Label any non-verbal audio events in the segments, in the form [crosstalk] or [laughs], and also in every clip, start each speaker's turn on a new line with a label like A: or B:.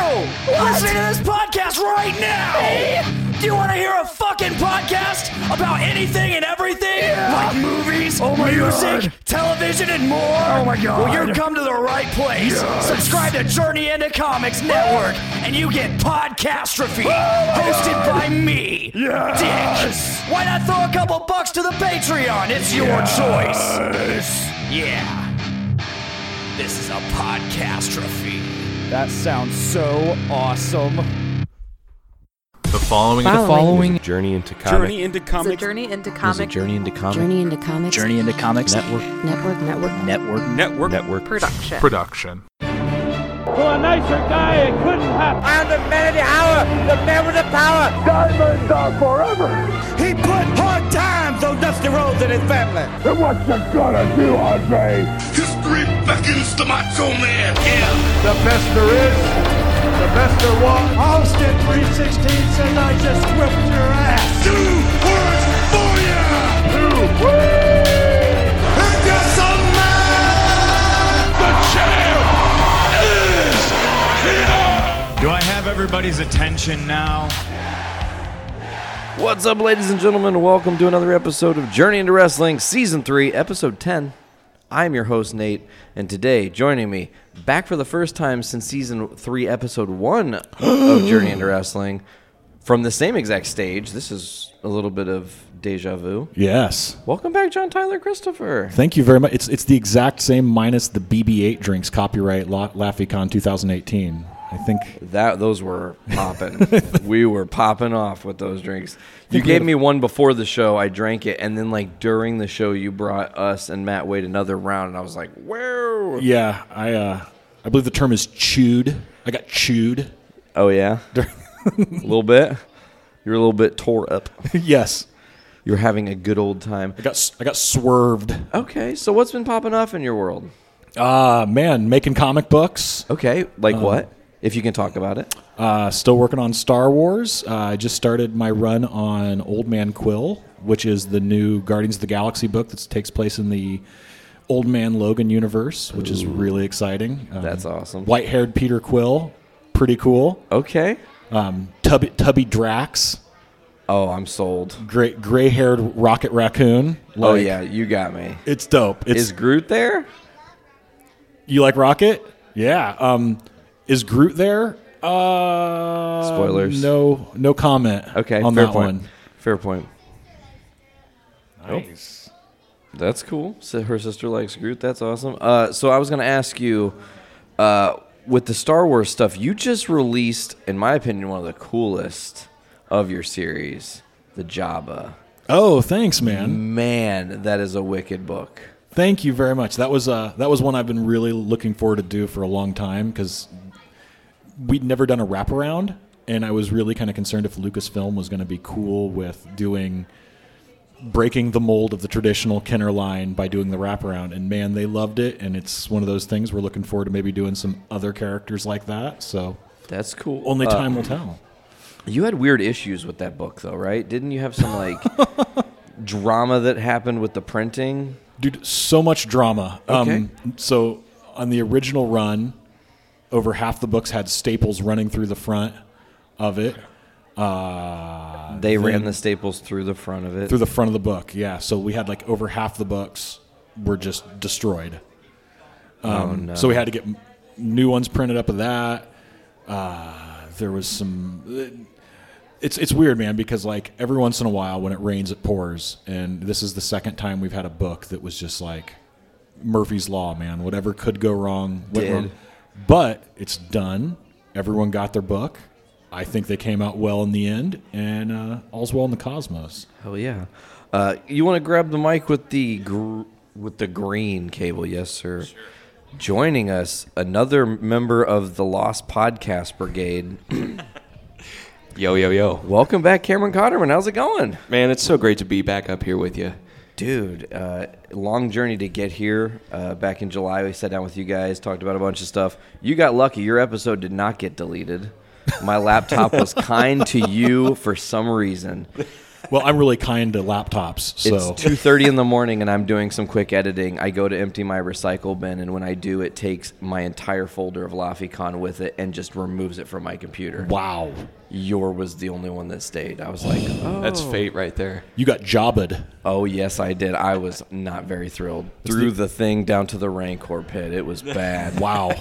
A: listening to this podcast right now. Do you want to hear a fucking podcast about anything and everything? Like movies, music,
B: Oh God.
A: television, and more?
B: Oh my God.
A: Well, you've come to the right place.
B: Yes.
A: Subscribe to Journey into Comics Network, and you get Podcastrophe, hosted by me,
B: Oh Yes.
A: Dick. Why not throw a couple bucks to the Patreon? It's your choice.
B: Yes.
A: Yeah. This is a podcastrophe.
B: That sounds so awesome.
C: The following
D: The following
E: Journey into Comic.
F: Journey into
D: is a
F: comic
D: journey into
E: There's a
D: comic
E: Journey into Comic
G: Journey into Comics
H: Journey into Comics
E: Network
G: Network Network
H: Network.
F: network.
E: Network.
D: production.
C: production.
I: He put hard times on Dusty Rhodes and his family. And what you gonna do, Andre? History beckons the Macho Man. Yeah. The best there is, the best there was. Austin 316 says I just whipped your ass. Two words for you. Two words. And just a man. The champ is here.
J: Do I have everybody's attention now?
E: What's up, ladies and gentlemen? Welcome to another episode of Journey into Wrestling, Season 3, Episode 10. I'm your host, Nate, and today joining me, back for the first time since Season 3, Episode 1 of Journey into Wrestling, from the same exact stage. This is a little bit of deja vu.
K: Yes.
E: Welcome back, John Tyler Christopher.
K: Thank you very much. It's it's the exact same minus the BB8 drinks copyright La- LaffyCon 2018. I think
E: That those were popping. we were popping off with those drinks. You gave me one before the show. I drank it, and then like during the show, you brought us and Matt Wade another round, and I was like, "Whoa!"
K: yeah, I uh, I believe the term is chewed. I got chewed. [laughs]
E: Oh yeah, a little bit. You're a little bit tore up.
K: yes.
E: You're having a good old time.
K: I got s- I got swerved.
E: Okay, so what's been popping off in your world?
K: Ah, man, making comic books.
E: Okay, like what? If you can talk about it.
K: Uh, still working on Star Wars. Uh, I just started my run on Old Man Quill, which is the new Guardians of the Galaxy book that takes place in the Old Man Logan universe, which is really exciting. Um,
E: That's awesome.
K: White haired Peter Quill, pretty cool.
E: Okay.
K: Um, tubby, tubby Drax,
E: Oh, I'm sold.
K: gray gray haired Rocket Raccoon.
E: oh
K: Like,
E: yeah, you got me.
K: it's dope. It's
E: Is Groot there?
K: you like Rocket? Yeah. Um, is Groot there? Uh,
E: Spoilers.
K: No, no comment.
E: Okay,
K: on
E: fair
K: that
E: point.
K: one.
E: Fair point. Nice. That's cool. So her sister likes Groot. That's awesome. Uh, so I was gonna ask you, uh, with the Star Wars stuff, you just released, in my opinion, one of the coolest of your series, the Jabba.
K: Oh, thanks, man.
E: Man, that is a wicked book.
K: Thank you very much. That was uh, that was one I've been really looking forward to do for a long time because we'd never done a wraparound, and I was really kind of concerned if Lucasfilm was going to be cool with doing breaking the mold of the traditional Kenner line by doing the wraparound. And man, they loved it, and it's one of those things we're looking forward to maybe doing some other characters like that. So
E: That's cool.
K: only
E: Uh,
K: time will tell.
E: you had weird issues with that book, though, right? Didn't you have some
K: [laughs]
E: like drama that happened with the printing?
K: Dude, so much drama.
E: Okay.
K: Um, so on the original run, over half the books had staples running through the front of it. Uh,
E: They ran
K: then-
E: the staples through the front of it.
K: through the front of the book. Yeah, so we had like over half the books were just destroyed.
E: Oh,
K: Um, So we had to get m- new ones printed up of that. Uh, there was some. uh, It's it's weird, man, because like every once in a while, when it rains, it pours, and this is the second time we've had a book that was just like Murphy's Law, man. Whatever could go wrong, went
E: Did.
K: wrong. But it's done. Everyone got their book. I think they came out well in the end, and uh, all's well in the cosmos.
E: Hell yeah! Uh, you want to grab the mic with the gr- with the green cable, yes, sir. Joining us, another member of the Lost Podcast Brigade.
L: Yo, yo, yo.
E: Welcome back, Cameron Cotterman. How's it going,
L: Man, it's so great to be back up here with you.
E: dude? Uh, long journey to get here. Uh, back in July, we sat down with you guys, talked about a bunch of stuff. You got lucky; your episode did not get deleted. My laptop was kind to you for some reason.
K: Well, I'm really kind to laptops, so
E: It's two thirty in the morning, and I'm doing some quick editing. I go to empty my recycle bin, and when I do, it takes my entire folder of LaFiCon with it and just removes it from my computer.
K: wow,
E: Your was the only one that stayed. I was like, oh,
L: That's fate right there.
K: you got jobbed.
E: oh, yes, I did. I was not very thrilled. Threw the thing down to the Rancor pit. It was
K: [laughs]
E: bad.
K: Wow.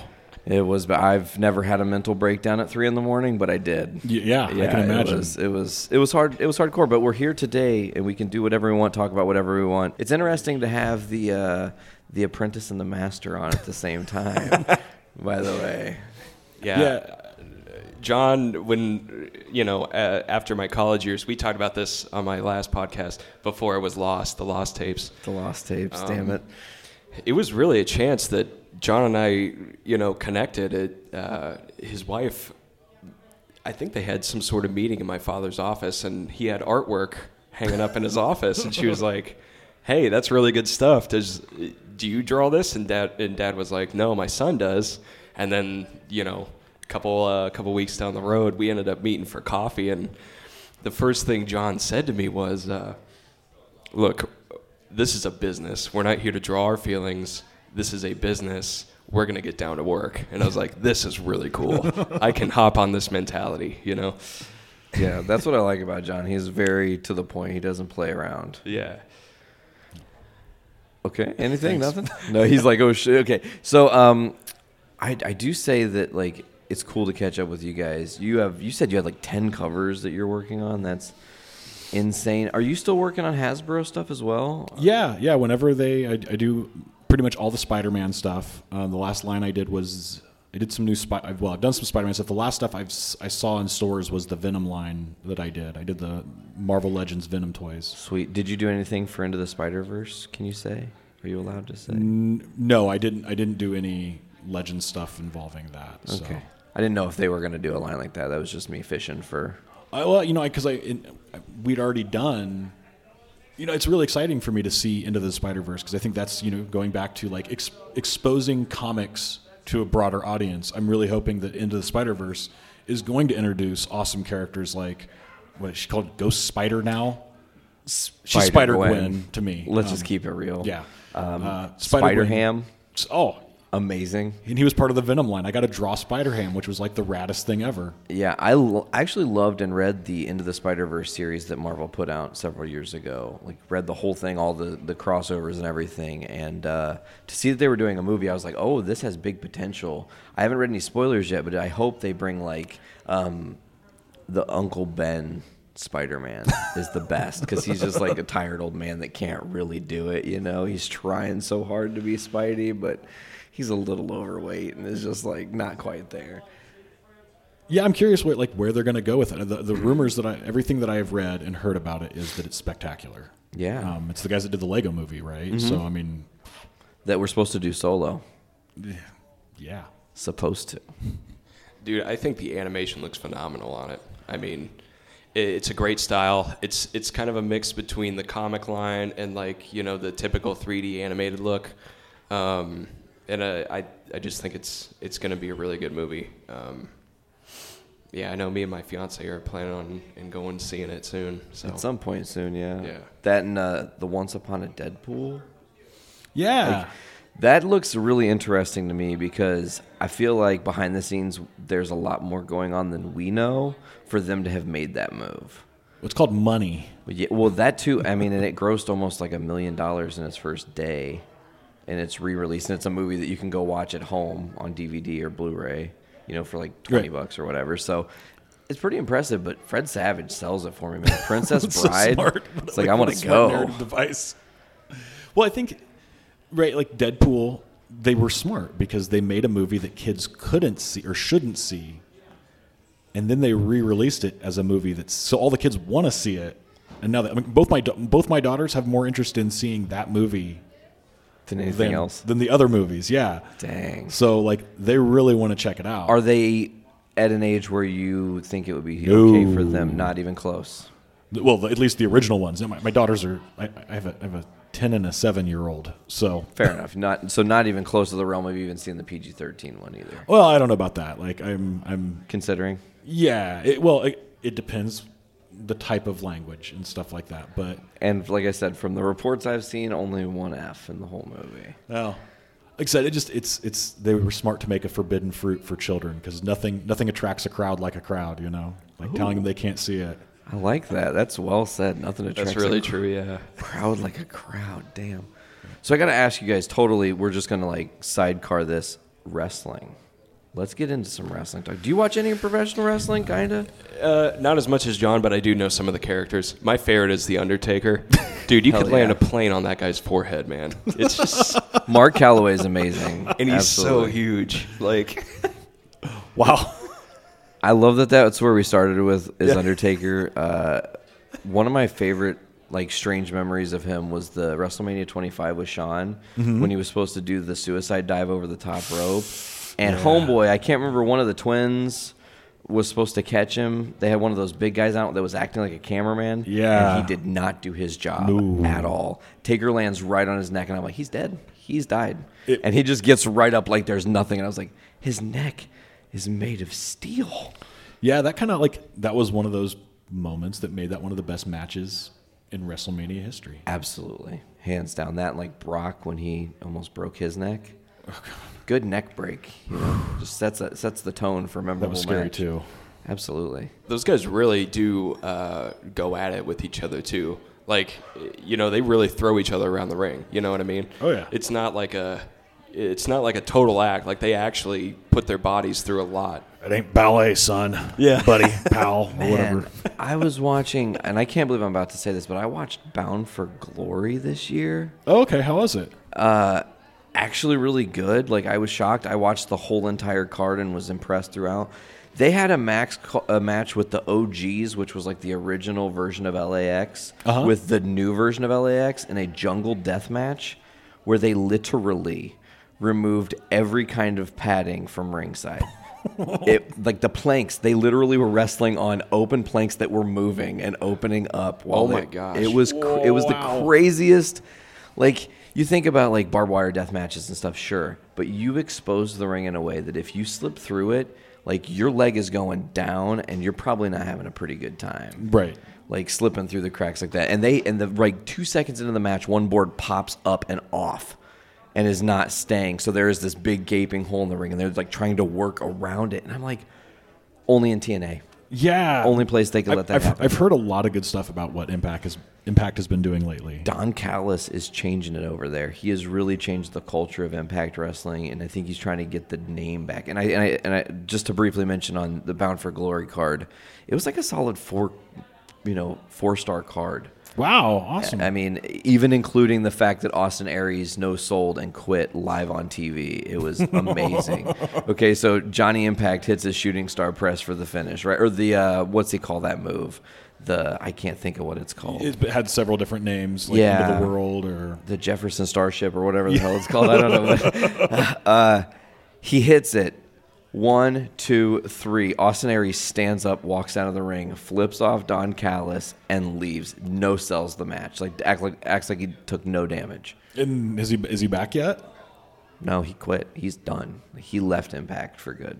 E: It was. But I've never had a mental breakdown at three in the morning, but I did.
K: Y- yeah, I can imagine.
E: It was, it was it was hard. It was hardcore. But we're here today, and we can do whatever we want, talk about whatever we want. It's interesting to have the uh, the apprentice and the master on at the same [laughs] time. By the way,
L: Yeah.
K: yeah,
L: John, when, you know, uh, after my college years, we talked about this on my last podcast before I was lost, the lost tapes.
E: the lost tapes. damn it.
L: It was really a chance that John and I, you know, connected. It, uh, his wife, I think they had some sort of meeting in my father's office, and he had artwork hanging up in his office, and she was like, "Hey, that's really good stuff. Does do you draw this?" And dad and dad was like, "No, my son does." And then you know, a couple uh, couple weeks down the road, we ended up meeting for coffee, and the first thing John said to me was. Uh, look, this is a business. We're not here to draw our feelings. This is a business. We're going to get down to work. And I was like, this is really cool. I can hop on this mentality, you know?
E: Yeah, that's what I like about John. He's very to the point. He doesn't play around.
L: Yeah.
E: [laughs] Okay. Anything? Nothing? No, he's like, oh shit. Okay. So, um, I I do say that like it's cool to catch up with you guys. You have you said you had like ten covers that you're working on. That's insane. Are you still working on Hasbro stuff as well?
K: yeah, yeah. Whenever they, I, I do pretty much all the Spider-Man stuff. Um, the last line I did was I did some new spy. Well, I've done some Spider-Man stuff. The last stuff I've s- I saw in stores was the Venom line that I did. I did the Marvel Legends Venom toys.
E: Sweet. Did you do anything for Into the Spider Verse? Can you say? Are you allowed to say?
K: Mm, No, I didn't. I didn't do any Legend stuff involving that. So.
E: Okay. I didn't know if they were gonna do a line like that. That was just me fishing for.
K: I, well, you know, because I, in, we'd already done. You know, it's really exciting for me to see into the Spider Verse because I think that's you know going back to like ex- exposing comics to a broader audience. I'm really hoping that into the Spider Verse is going to introduce awesome characters like what is she called Ghost Spider now. She's Spider Gwen to me.
E: Let's
K: Um,
E: just keep it real.
K: yeah.
E: Um,
K: Uh,
E: Spider
K: Spider-Gwen.
E: Ham.
K: Oh,
E: Amazing.
K: and he was part of the Venom line. I got to draw Spider Ham, which was like the raddest thing ever.
E: Yeah, I l- I actually loved and read the Into the Spider Verse series that Marvel put out several years ago. Like, read the whole thing, all the, the crossovers and everything. And uh, to see that they were doing a movie, I was like, oh, this has big potential. I haven't read any spoilers yet, but I hope they bring, like, um, the Uncle Ben Spider Man is the best because he's just like a tired old man that can't really do it. You know, he's trying so hard to be Spidey, but he's a little overweight and is just, like, not quite there.
K: Yeah, I'm curious what like where they're going to go with it. The, the rumors that I everything that I have read and heard about it is that it's spectacular.
E: Yeah.
K: um, it's the guys that did the Lego Movie, right? So I mean,
E: That we're supposed to do solo.
K: yeah,
E: supposed to.
L: Dude, I think the animation looks phenomenal on it. I mean, i- it's a great style. It's it's kind of a mix between the comic line and like you know the typical 3D animated look. Um, and uh, I I just think it's it's gonna be a really good movie. Um, yeah, I know. Me and my fiance are planning on and going and seeing it soon. So
E: At some point soon, yeah.
L: Yeah.
E: That and uh, the Once Upon a Deadpool.
K: yeah.
E: That looks really interesting to me because I feel like behind the scenes there's a lot more going on than we know for them to have made that move.
K: it's called Money.
E: But yeah, well, that too. I mean, and it grossed almost like a million dollars in its first day, and it's re-released, and it's a movie that you can go watch at home on DVD or Blu-ray, you know, for like twenty
K: Right.
E: bucks or whatever. So it's pretty impressive. But Fred Savage sells it for me,
K: [laughs]
E: man. Princess
K: That's so
E: Bride.
K: smart. [laughs]
E: It's like, I
K: what
E: want
K: a
E: to
K: smart
E: go.
K: narrative Device. Well, I think right, like Deadpool, they were smart because they made a movie that kids couldn't see or shouldn't see, and then they re-released it as a movie that's so all the kids want to see it. And now that I mean, both my da- both my daughters have more interest in seeing that movie
E: Than anything
K: than
E: else.
K: than the other movies. Yeah.
E: Dang.
K: So like they really want to check it out.
E: Are they at an age where you think it would be okay for them? Not even close.
K: well, the- at least the original ones. My, my daughters are. I, I have a I have a ten and a seven year old. So
E: Fair enough. Not so. Not even close to the realm of even seeing the PG thirteen one either.
K: Well, I don't know about that. Like, I'm, I'm,
E: Considering.
K: yeah. It, well, it, it depends the type of language and stuff like that. But
E: And like I said, from the reports I've seen, only one F in the whole movie.
K: Oh. Like I said, it just it's it's they were smart to make a forbidden fruit for children because nothing nothing attracts a crowd like a crowd, you know, like telling them they can't see it.
E: I like that. That's well said. Nothing attracts
L: That's
E: a
L: really true, yeah.
E: crowd like a crowd. Damn. So I got to ask you guys totally, we're just going to like sidecar this wrestling. Let's get into some wrestling talk. Do you watch any professional wrestling? Kind of.
L: Uh, not as much as John, but I do know some of the characters. My favorite is
E: [laughs]
L: the Undertaker. Dude, you could
E: Hell yeah.
L: land a plane on that guy's forehead, man.
E: [laughs]
L: It's just
E: Mark Calloway is amazing.
L: and he's so
E: Absolutely.
L: huge. Like
K: Wow.
E: I love that that's where we started with is Undertaker. Uh, one of my favorite like strange memories of him was the WrestleMania 25 with Sean
K: Mm-hmm.
E: when he was supposed to do the suicide dive over the top rope. And homeboy, I can't remember one of the twins was supposed to catch him. They had one of those big guys out that was acting like a cameraman.
K: Yeah.
E: And he did not do his job
K: No.
E: at all. Taker lands right on his neck and I'm like, he's dead. He's died.
K: It-
E: and he just gets right up like there's nothing. And I was like, his neck is made of steel.
K: Yeah, that kind of like that was one of those moments that made that one of the best matches in WrestleMania history.
E: Absolutely. Hands down. That and, like Brock when he almost broke his neck.
K: Oh,
E: Good neck break. You know, just sets that sets the tone for a memorable
K: That was scary
E: match.
K: too.
E: Absolutely.
L: [laughs] those guys really do uh, go at it with each other too. Like, you know, they really throw each other around the ring. You know what I mean?
K: Oh, yeah.
L: It's not like a, it's not like a total act. Like they actually put their bodies through a lot.
K: It ain't ballet, son. Yeah, [laughs] buddy, pal, or
E: And
K: whatever.
E: I was watching and I can't believe I'm about to say this, but I watched Bound for Glory this year.
K: Oh, okay, how was it?
E: actually really good. Like I was shocked. I watched the whole entire card and was impressed throughout. They had a max co- a match with the OGs, which was like the original version of LAX,
K: Uh-huh.
E: with the new version of LAX in a jungle death match, where they literally removed every kind of padding from ringside. it like the planks, they literally were wrestling on open planks that were moving and opening up. While
L: Oh
E: they-
L: my gosh.
E: It was cr- it was the craziest. Like you think about like barbed wire death matches and stuff, sure, but you expose the ring in a way that if you slip through it, like your leg is going down and you're probably not having a pretty good time.
K: Right.
E: Like slipping through the cracks like that. And they and the like 2 seconds into the match, one board pops up and off and is not staying. So there is this big gaping hole in the ring and they're like trying to work around it. And I'm like only in TNA.
K: Yeah,
E: Only place they could
K: I've,
E: let that
K: I've,
E: happen.
K: I've heard a lot of good stuff about what Impact has Impact has been doing lately.
E: Don Callis is changing it over there. He has really changed the culture of Impact Wrestling, and I think he's trying to get the name back. And I and I, and I just to briefly mention on the Bound for Glory card, it was like a solid four, you know, four star card.
K: Wow, awesome.
E: I mean, even including the fact that Austin Aries no sold and quit live on TV, it was amazing. okay, so Johnny Impact hits his shooting star press for the finish, right? Or the uh, what's he call that move? The I can't think of what it's called.
K: It had several different names, like
E: Yeah.
K: End of the World or
E: the Jefferson Starship or whatever the hell it's called. I don't know.
K: [laughs]
E: [laughs] But, uh, he hits it. One, two, three. Austin Aries stands up, walks out of the ring, flips off Don Callis, and leaves. No sells the match. Like act like acts like he took no damage.
K: And is he is he back yet?
E: No, he quit. He's done. He left Impact for good.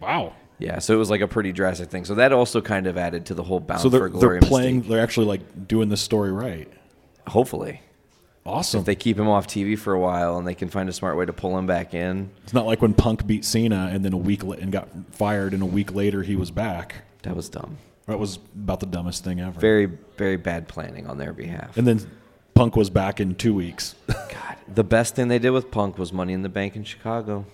K: Wow.
E: Yeah, so it was like a pretty drastic thing. So that also kind of added to the whole bound
K: So
E: Uh, for
K: they're
E: glory
K: they're playing.
E: mistake.
K: They're actually like doing this story right.
E: Hopefully,
K: Awesome.
E: they keep him off TV for a while, and they can find a smart way to pull him back in.
K: it's not like when Punk beat Cena and then a week la- and got fired, and a week later he was back.
E: That was dumb.
K: That was about the dumbest thing ever.
E: very very bad planning on their behalf.
K: And then Punk was back in two weeks. [laughs]
E: God, the best thing they did with Punk was Money in the Bank in Chicago.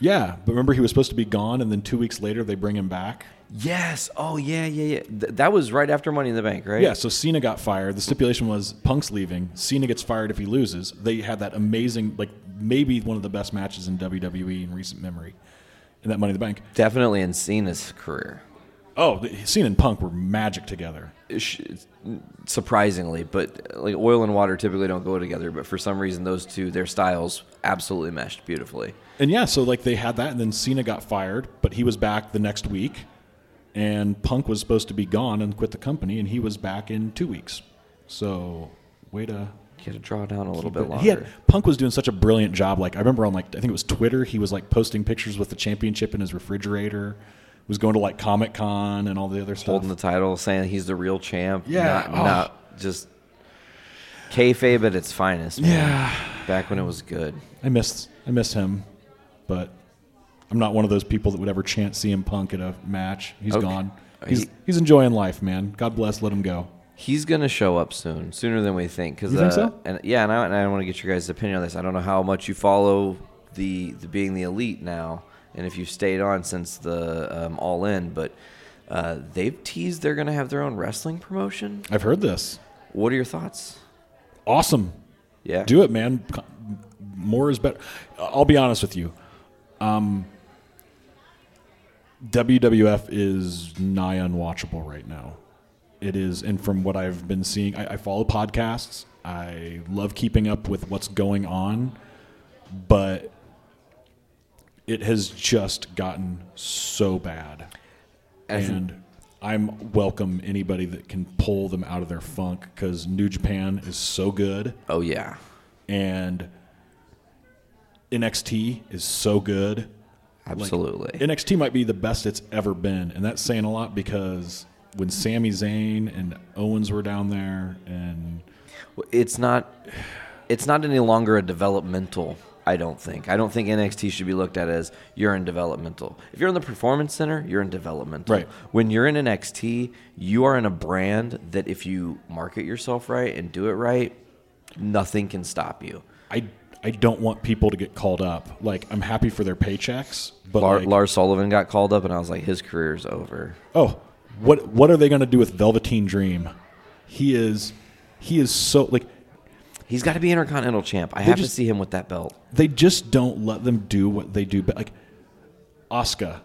K: yeah, but remember he was supposed to be gone, and then two weeks later they bring him back.
E: Yes. Oh yeah, yeah, yeah. Th- that was right after Money in the Bank, right?
K: Yeah, so Cena got fired. The stipulation was Punk's leaving. Cena gets fired if he loses. They had that amazing, like maybe one of the best matches in WWE in recent memory, in that Money in the Bank.
E: Definitely in Cena's career,
K: Oh, the- Cena and Punk were magic together.
E: Sh- surprisingly. But uh, like oil and water typically don't go together, but for some reason those two, their styles absolutely meshed beautifully.
K: And yeah, so like they had that, and then Cena got fired, but he was back the next week, and Punk was supposed to be gone and quit the company, and he was back in two weeks. So way to.
E: Get to draw down a little bit longer.
K: He had, Punk was doing such a brilliant job. Like I remember on like I think it was Twitter, he was like posting pictures with the championship in his refrigerator, was going to like Comic Con and all the other stuff.
E: holding the title, saying he's the real champ.
K: Yeah,
E: Not,
K: oh.
E: not just kayfabe at its finest. man. Back when it was good.
K: I miss I miss him, but I'm not one of those people that would ever chant CM Punk at a match. He's
E: Okay.
K: gone.
E: Uh,
K: He's
E: he-
K: he's enjoying life, man. God bless. Let him go.
E: He's gonna show up soon, sooner than we think. Cause
K: You think
E: uh,
K: so?
E: and yeah, and I, and I want to get your guys' opinion on this. I don't know how much you follow the, the being the elite now, and if you've stayed on since the um, All In, but uh, they've teased they're gonna have their own wrestling promotion.
K: I've heard this.
E: What are your thoughts?
K: Awesome.
E: Yeah,
K: Do it, man. Co- More is better. I'll be honest with you. Um, WWF is nigh unwatchable right now. It is, and from what I've been seeing, I, I follow podcasts. I love keeping up with what's going on, but it has just gotten so bad. and I'm welcome anybody that can pull them out of their funk because New Japan is so good
E: Oh yeah,
K: and NXT is so good. Like,
E: absolutely.
K: NXT might be the best it's ever been, and that's saying a lot because when Sami Zayn and Owens were down there, and
E: it's not it's not any longer a developmental I don't think. I don't think NXT should be looked at as you're in developmental. If you're in the performance center, you're in developmental.
K: Right.
E: When you're in NXT, you are in a brand that if you market yourself right and do it right, nothing can stop you.
K: I I don't want people to get called up. Like I'm happy for their paychecks, but
E: Lar-
K: like,
E: Lars Sullivan got called up and I was like his career's over.
K: oh, what what are they going to do with Velveteen Dream? He is he is so like
E: He's got to be Intercontinental champ. I have
K: just-
E: to see him with that belt.
K: they just don't let them do what they do. But like Asuka,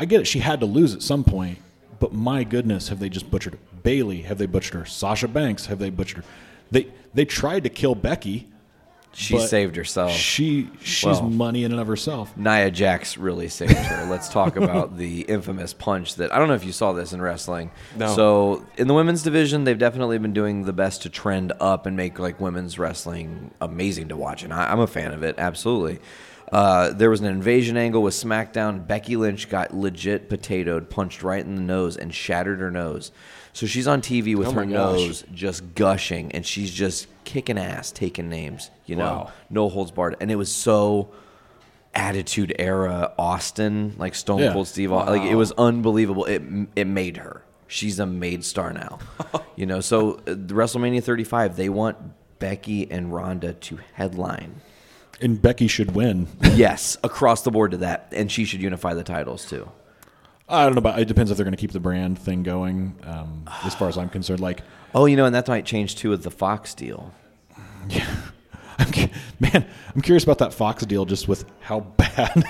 K: I get it. She had to lose at some point, but my goodness, have they just butchered her? Bailey? Have they butchered her? Sasha Banks? Have they butchered her? They they tried to kill Becky.
E: She
K: but
E: saved herself.
K: She she's
E: Well.
K: money in and of herself.
E: Nia Jax really saved her. Let's talk
L: [laughs]
E: about the infamous punch that I don't know if you saw this in wrestling.
L: No.
E: So in the women's division, they've definitely been doing the best to trend up and make like women's wrestling amazing to watch, and I, I'm a fan of it absolutely. Uh, there was an invasion angle with SmackDown. Becky Lynch got legit potatoed, punched right in the nose, and shattered her nose. So she's on TV with
L: Oh my
E: her
L: gosh.
E: nose just gushing, and she's just kicking ass, taking names. You know,
L: Wow.
E: no holds barred, and it was so attitude era Austin, like Stone
K: Yeah.
E: Cold Steve. Au- Like it was unbelievable. It it made her. She's a made star now. you know. So uh, the WrestleMania 35, they want Becky and Ronda to headline.
K: And Becky should win. [laughs]
E: yes, across the board to that, and she should unify the titles too.
K: I don't know about. It depends if they're going to keep the brand thing going. Um, as far as I'm concerned, like [laughs]
E: Oh, you know, and that might change too with the Fox deal.
K: I'm, cu- man, I'm curious about that Fox deal. Just with how [laughs] bad.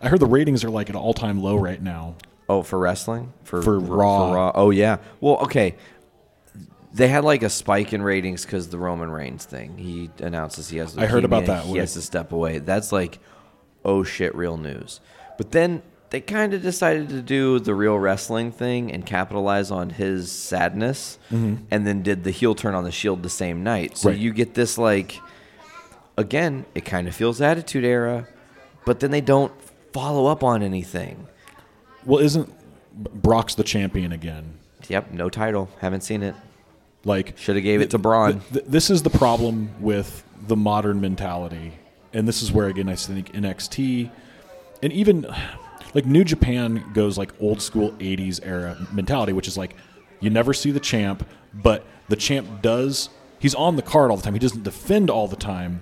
K: I heard the ratings are like at an all time low right now.
E: Oh, for wrestling? For,
K: For Raw.
E: Oh yeah. Well, okay. They had like a spike in ratings because the Roman Reigns thing. He announces he has.
K: I heard about
E: leukemia,
K: that,
E: He
K: where-
E: has to step away. That's like, oh shit, real news. But then they kind of decided to do the real wrestling thing and capitalize on his sadness, and then did the heel turn on the Shield the same night. So
K: Mm-hmm. Right.
E: you get this like again, it kind of feels Attitude Era, but then they don't follow up on anything.
K: Well, isn't Brock's the champion again?
E: Yep, no title. Haven't seen it.
K: Like
E: Shoulda gave it to Braun.
K: th- th- this is the problem with the modern mentality, and this is where again I think NXT and even [sighs] like New Japan goes like old school '80s era mentality, which is like you never see the champ, but the champ does. He's on the card all the time. He doesn't defend all the time,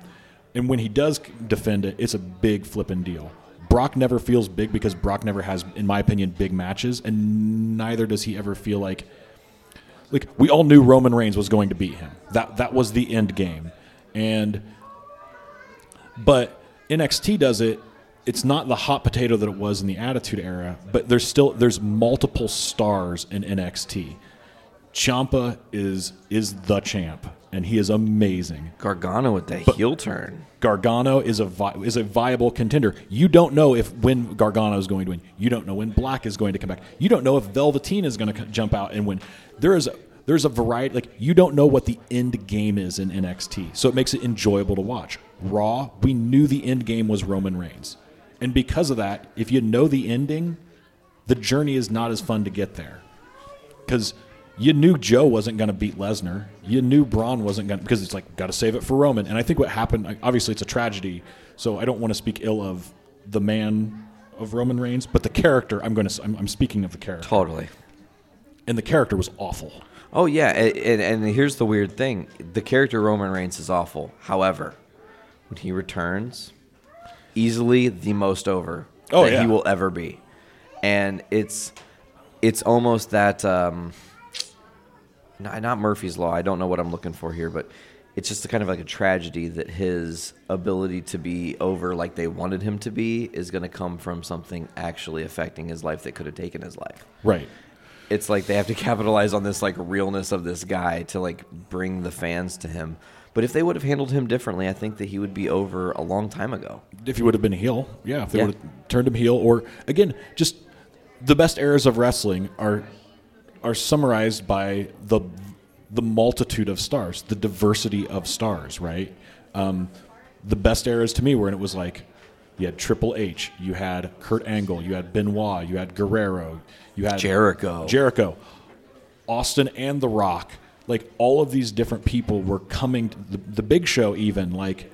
K: and when he does defend it, it's a big flipping deal. Brock never feels big because Brock never has, in my opinion, big matches, and neither does he ever feel like like we all knew Roman Reigns was going to beat him. That that was the end game. And but NXT does it. It's not the hot potato that it was in the Attitude Era, but there's still there's multiple stars in NXT. Champa is is the champ, and he is amazing.
E: Gargano with that heel turn.
K: Gargano is a vi- is a viable contender. You don't know if when Gargano is going to win. You don't know when Black is going to come back. You don't know if Velveteen is going to c- jump out and win. There is a, there's a variety like you don't know what the end game is in NXT. So it makes it enjoyable to watch. Raw, we knew the end game was Roman Reigns. And because of that, if you know the ending, the journey is not as fun to get there because you knew Joe wasn't going to beat Lesnar. You knew Braun wasn't going to because it's like got to save it for Roman. And I think what happened like, obviously it's a tragedy, so I don't want to speak ill of the man of Roman Reigns, but the character I'm going to I'm, I'm speaking of the character,
E: Totally.
K: and the character was awful.
E: Oh yeah, a- and, and here's the weird thing: the character Roman Reigns is awful. However, when he returns, easily the most over
K: Oh,
E: that
K: yeah.
E: he will ever be, and it's it's almost that um, not, not Murphy's law. I don't know what I'm looking for here, but it's just a kind of like a tragedy that his ability to be over like they wanted him to be is going to come from something actually affecting his life that could have taken his life
K: Right.
E: it's like they have to [laughs] capitalize on this like realness of this guy to like bring the fans to him. But if they would have handled him differently, I think that he would be over a long time ago.
K: if he would have been a heel, yeah, if they
E: Yeah.
K: would have turned him heel, or again, just the best eras of wrestling are are summarized by the the multitude of stars, the diversity of stars, right? Um, the best eras to me were when it was like you had Triple H, you had Kurt Angle, you had Benoit, you had Guerrero, you had
E: Jericho.
K: Jericho, Austin and The Rock. Like all of these different people were coming. To the, the Big Show, even like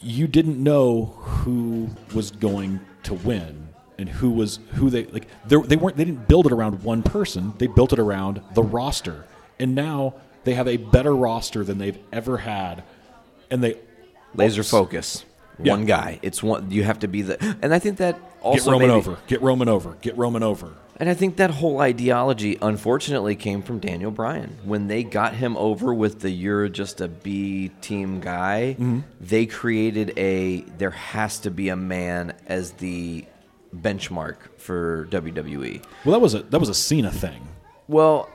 K: you didn't know who was going to win and who was who they like they, they weren't they didn't build it around one person they built it around the roster and now they have a better roster than they've ever had and they
E: Laser focus,
K: Yeah.
E: one guy. It's one. You have to be the. And I think that
K: get
E: also
K: roman
E: maybe-
K: over get roman over get roman over
E: And I think that whole ideology, unfortunately, came from Daniel Bryan. When they got him over with the "you're just a B team guy,"
K: Mm-hmm.
E: they created a "there has to be a man" as the benchmark for E." WWE.
K: well that was a that was a cena thing
E: Well,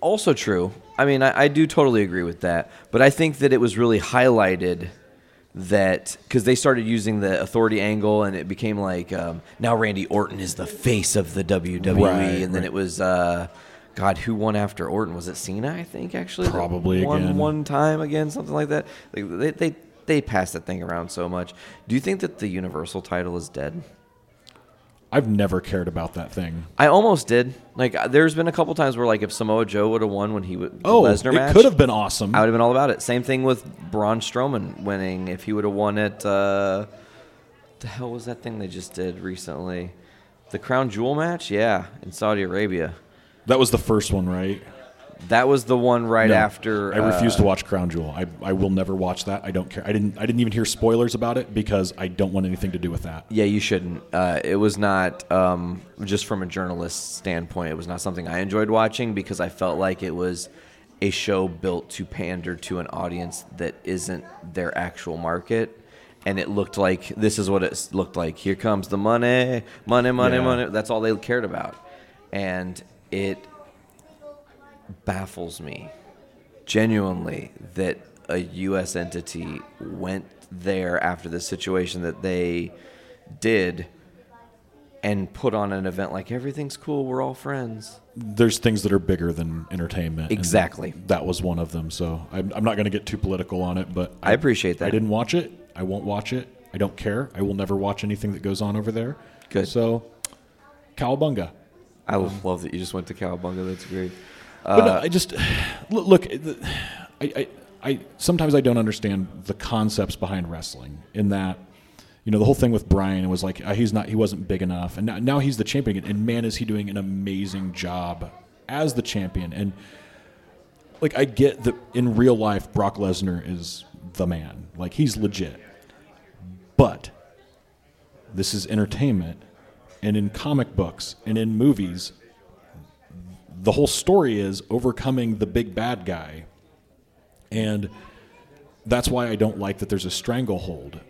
E: also true. I mean, I, I do totally agree with that, but I think that it was really highlighted that because they started using the authority angle, and it became like um, now Randy Orton is the face of the WWE,
K: Right,
E: and then
K: right.
E: it was. Uh, God, who won after Orton? Was it Cena? I think actually that
K: Probably
E: won
K: again.
E: one time again, something like that. Like they, they they pass that thing around so much. Do you think that the Universal title is dead?
K: i've never cared about that thing
E: I almost did. Like, uh, there's been a couple times where, like, if Samoa Joe would have won when he would
K: oh
E: Lesnar
K: it
E: match,
K: could have been awesome
E: I would have been all about it. Same thing with Braun Strowman winning. If he would have won it, uh, the hell was that thing they just did recently? The crown jewel match, yeah, in Saudi Arabia.
K: that was the first one right
E: That was the one right
K: No.
E: after. uh,
K: I refuse to watch Crown Jewel. I, I will never watch that. I don't care. I didn't I didn't even hear spoilers about it because I don't want anything to do with that.
E: Yeah, you shouldn't. Uh, it was not um, just from a journalist standpoint. It was not something I enjoyed watching because I felt like it was a show built to pander to an audience that isn't their actual market. And it looked like this is what it s- looked like. Here comes the money, money, money,
K: Yeah.
E: money. That's all they cared about, and it baffles me genuinely that a U.S. entity went there after the situation that they did and put on an event like everything's cool, we're all friends.
K: There's things that are bigger than entertainment. and
E: Exactly.
K: that was one of them. So I'm, I'm not going to get too political on it, but
E: I appreciate that.
K: I didn't watch it. I won't watch it. I don't care. I will never watch anything that goes on over there.
E: Good.
K: So, cowabunga.
E: I love that you just went to Cowabunga. That's great.
K: But no, I just [sighs] look. look the- I, I, I sometimes I don't understand the concepts behind wrestling. In that, you know, the whole thing with Brian was like uh, he's not, he wasn't big enough, and now, now he's the champion. again, And man, is he doing an amazing job as the champion. And like, I get that in real life, Brock Lesnar is the man. Like he's legit. But this is entertainment, and in comic books and in movies, the whole story is overcoming the big bad guy. And that's why I don't like that there's a stranglehold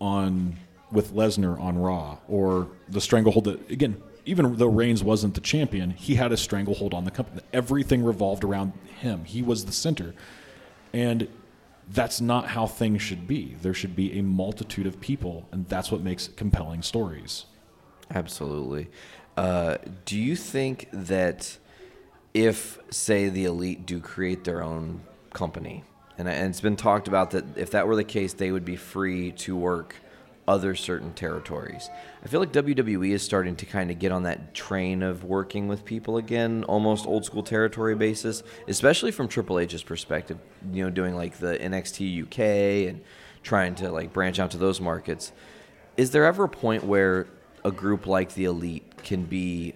K: on with Lesnar on Raw or the stranglehold that again, even though Reigns wasn't the champion, he had a stranglehold on the company. Everything revolved around him. He was the center. And that's not how things should be. There should be a multitude of people, and that's what makes compelling stories.
E: Absolutely. Uh, do you think that if, say, the elite do create their own company, and, and it's been talked about that if that were the case, they would be free to work other certain territories. I feel like WWE is starting to kind of get on that train of working with people again, almost old school territory basis, especially from Triple H's perspective, you know, doing like the NXT UK and trying to like branch out to those markets. Is there ever a point where a group like the Elite can be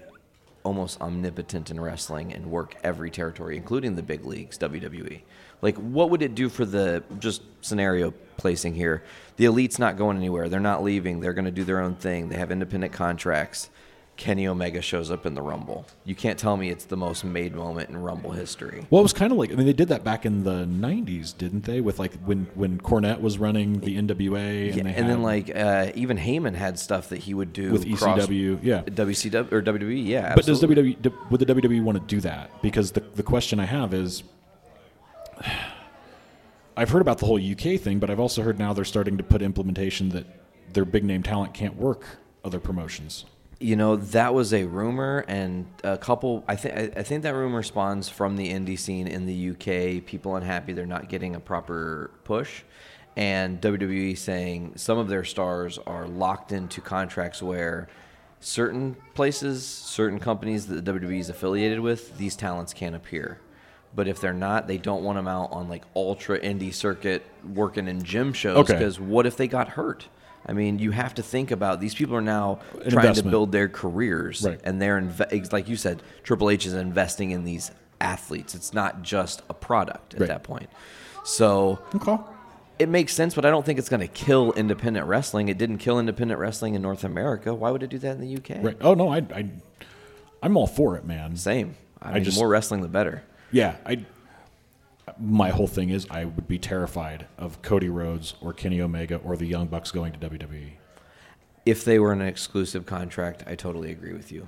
E: almost omnipotent in wrestling and work every territory, including the big leagues, WWE. Like, what would it do for the just scenario placing here? The elite's not going anywhere. They're not leaving. They're going to do their own thing. They have independent contracts. Kenny Omega shows up in the Rumble. You can't tell me it's the most made moment in Rumble history.
K: Well, it was kind of like I mean they did that back in the '90s, didn't they? With like when when Cornette was running the NWA, and,
E: Yeah,
K: they
E: and then
K: had-
E: like uh, even Heyman had stuff that he would do
K: With
E: cross-
K: ECW, yeah.
E: WCW or WWE, yeah.
K: But does
E: absolutely.
K: WWE do- would the WWE want to do that? Because the the question I have is, [sighs] I've heard about the whole UK thing, but I've also heard now they're starting to put implementation that their big name talent can't work other promotions.
E: you know that was a rumor and a couple i think i think that rumor spawns from the indie scene in the uk people unhappy they're not getting a proper push and wwe saying some of their stars are locked into contracts where certain places certain companies that the wwe is affiliated with these talents can't appear but if they're not they don't want them out on like ultra indie circuit working in gym shows
K: Okay.
E: because what if they got hurt I mean, you have to think about these people are now trying
K: An
E: to
K: investment.
E: build their careers
K: Right.
E: and they're inve- ex- like you said triple h is investing in these athletes it's not just a product at
K: Right.
E: that point so
K: Okay.
E: it makes sense but i don't think it's going to kill independent wrestling it didn't kill independent wrestling in north america why would it do that in the uk
K: Right. Oh no, I, I I'm all for it, man.
E: same i,
K: I
E: mean
K: just-
E: more wrestling the better
K: Yeah, I. My whole thing is I would be terrified of Cody Rhodes or Kenny Omega or the Young Bucks going to E. WWE.
E: if they were in an exclusive contract i totally agree with you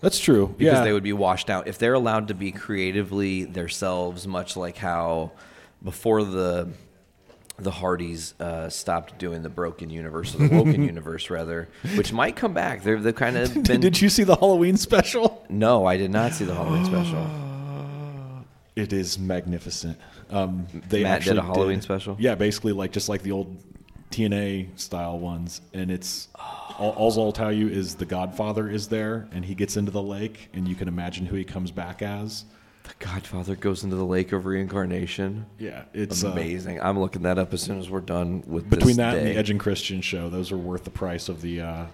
K: That's true.
E: because
K: yeah.
E: they would be washed out if they're allowed to be creatively themselves much like how before the the hardys uh, stopped doing the broken universe or the
K: [laughs]
E: woken universe rather which might come back they're, they've kind of been
K: Did you see the Halloween special?
E: no i did not see the
K: [gasps]
E: halloween special
K: It is magnificent. Um, they
E: Matt did a
K: actually
E: Halloween special?
K: Yeah, basically like just like the old TNA style ones, and it's all, all's I'll tell you is the Godfather is there, and he gets into the lake, and you can imagine who he comes back as.
E: the godfather goes into the lake of reincarnation
K: Yeah, it's uh,
E: amazing i'm looking that up as soon as we're done with
K: between
E: this
K: that and
E: day.
K: the Edge and Christian show, those are worth the price of the uh,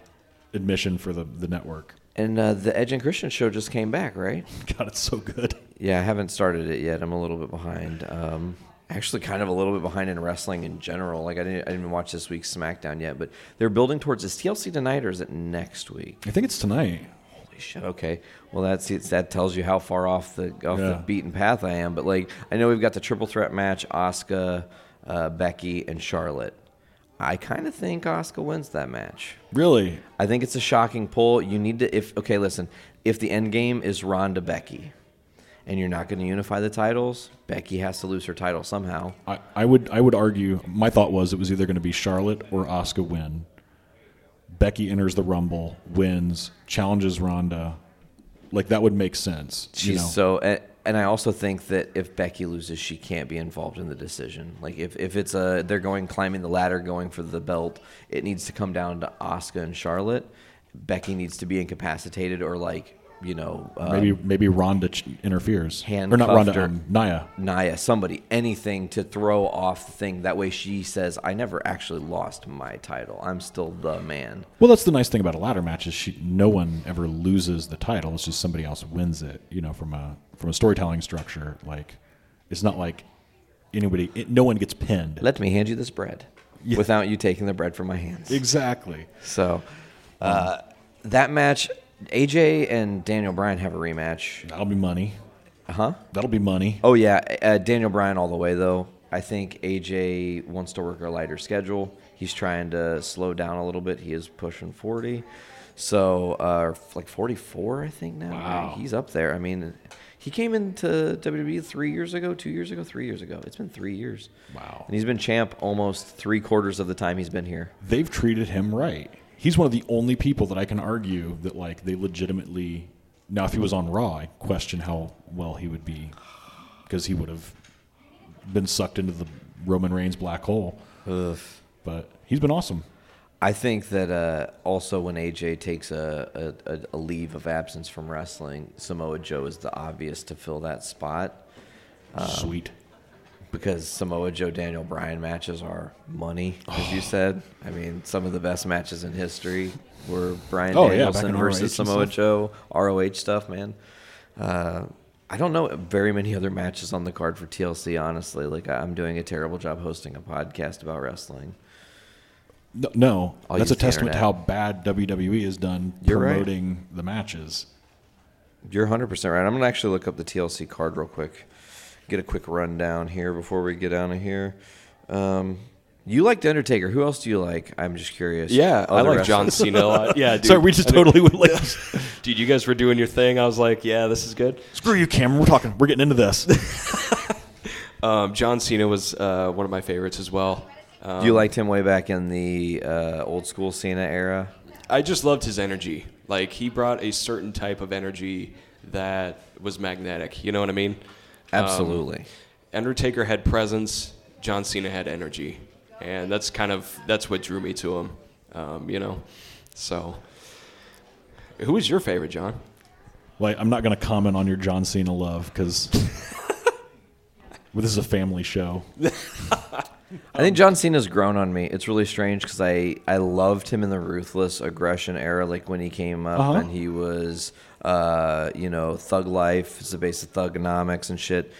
K: admission for the the network. [laughs]
E: and uh, the edge and christian show just came back right
K: God, it's so good.
E: Yeah, I haven't started it yet. I'm a little bit behind. Um, actually, kind of a little bit behind in wrestling in general. Like I didn't, I didn't watch this week's SmackDown yet, but they're building towards this TLC tonight, or is it next week?
K: I think it's tonight.
E: Holy shit! Okay, well that's it's, that tells you how far off the off the
K: Yeah.
E: beaten path I am. But like I know we've got the triple threat match: Asuka, uh, Becky, and Charlotte. I kind of think Asuka wins that match.
K: Really?
E: I think it's a shocking pull. You need to if okay, listen. If the end game is Ronda Becky, and you're not going to unify the titles, Becky has to lose her title somehow.
K: I, I would I would argue my thought was it was either going to be Charlotte or Oscar win. Becky enters the Rumble, wins, challenges Ronda. Like that would make sense.
E: She's
K: you know?
E: so, and, and I also think that if Becky loses, she can't be involved in the decision. Like if if it's a they're going climbing the ladder, going for the belt, it needs to come down to Oscar and Charlotte. Becky needs to be incapacitated or like you know uh,
K: maybe maybe Ronda ch- interferes or not
E: Handcuffed
K: Ronda
E: her.
K: um, Naya.
E: Naya, somebody, anything to throw off the thing. That way she says, I never actually lost my title. I'm still the man.
K: Well, that's the nice thing about a ladder match is she no one ever loses the title. It's just somebody else wins it. You know, from a from a storytelling structure, like it's not like anybody. It, no one gets pinned.
E: Let me hand you this bread without you taking the bread from my hands.
K: exactly.
E: So uh, that match, AJ and Daniel Bryan have a rematch. Uh-huh.
K: That'll be money.
E: Huh?
K: That'll be money.
E: Oh, yeah. Uh, Daniel Bryan all the way, though. I think AJ wants to work a lighter schedule. He's trying to slow down a little bit. He is pushing 40. So, uh, like 44, I think now.
K: Wow.
E: He's up there. I mean, he came into WWE three years ago, two years ago, three years ago. It's been three years.
K: Wow.
E: And he's been champ almost three quarters of the time he's been here.
K: they've treated him right. He's one of the only people that I can argue that like they legitimately. Now, if he was on Raw, I question how well he would be because he would have been sucked into the Roman Reigns black hole. But he's been awesome.
E: I think that uh, also when AJ takes a, a, a- a leave of absence from wrestling, Samoa Joe is the obvious to fill that spot
K: Sweet.
E: because Samoa Joe Daniel Bryan matches are money, as
K: Oh.
E: you said. I mean, some of the best matches in history were Bryan
K: Oh, yeah, back
E: Danielson
K: in
E: versus
K: ROH and
E: Samoa
K: stuff.
E: Joe, ROH stuff, man. Uh, I don't know very many other matches on the card for TLC, honestly. Like, I- I'm doing a terrible job hosting a podcast about wrestling.
K: No, no.
E: I'll
K: that's
E: use
K: a
E: the
K: testament to how
E: internet.
K: bad WWE has done
E: You're right.
K: promoting the matches.
E: You're 100% right. I'm going to actually look up the TLC card real quick. Get a quick rundown here before we get out of here. Um, you like The Undertaker. Who else do you like? I'm just curious.
L: Yeah, I
E: Other
L: like
E: wrestlers.
L: John Cena a lot. [laughs] Yeah, dude.
K: Sorry, we just
L: I mean,
K: totally went like,
L: dude, you guys were doing your thing. I was like, yeah, this is good.
K: screw you, Cameron. We're talking. We're getting into this.
E: [laughs]
L: Um, John Cena was uh, one of my favorites as well. Um,
E: You liked him way back in the uh, old school Cena era.
K: Um,
L: I just loved his energy. Like he brought a certain type of energy that was magnetic. You know what I mean?
E: Absolutely.
L: Undertaker had presence. John Cena had energy, and that's kind of that's what drew me to him. Um, you know, so who was your favorite, John?
K: like, I'm not going to comment on your John Cena love
E: [laughs]
K: because this is a family show.
E: I
K: um,
E: think John Cena's grown on me. It's really strange because I, I loved him in the ruthless aggression era, like when he came
K: Uh-huh.
E: up and he was, uh, you know, Thug Life, it's the base of thugonomics and shit.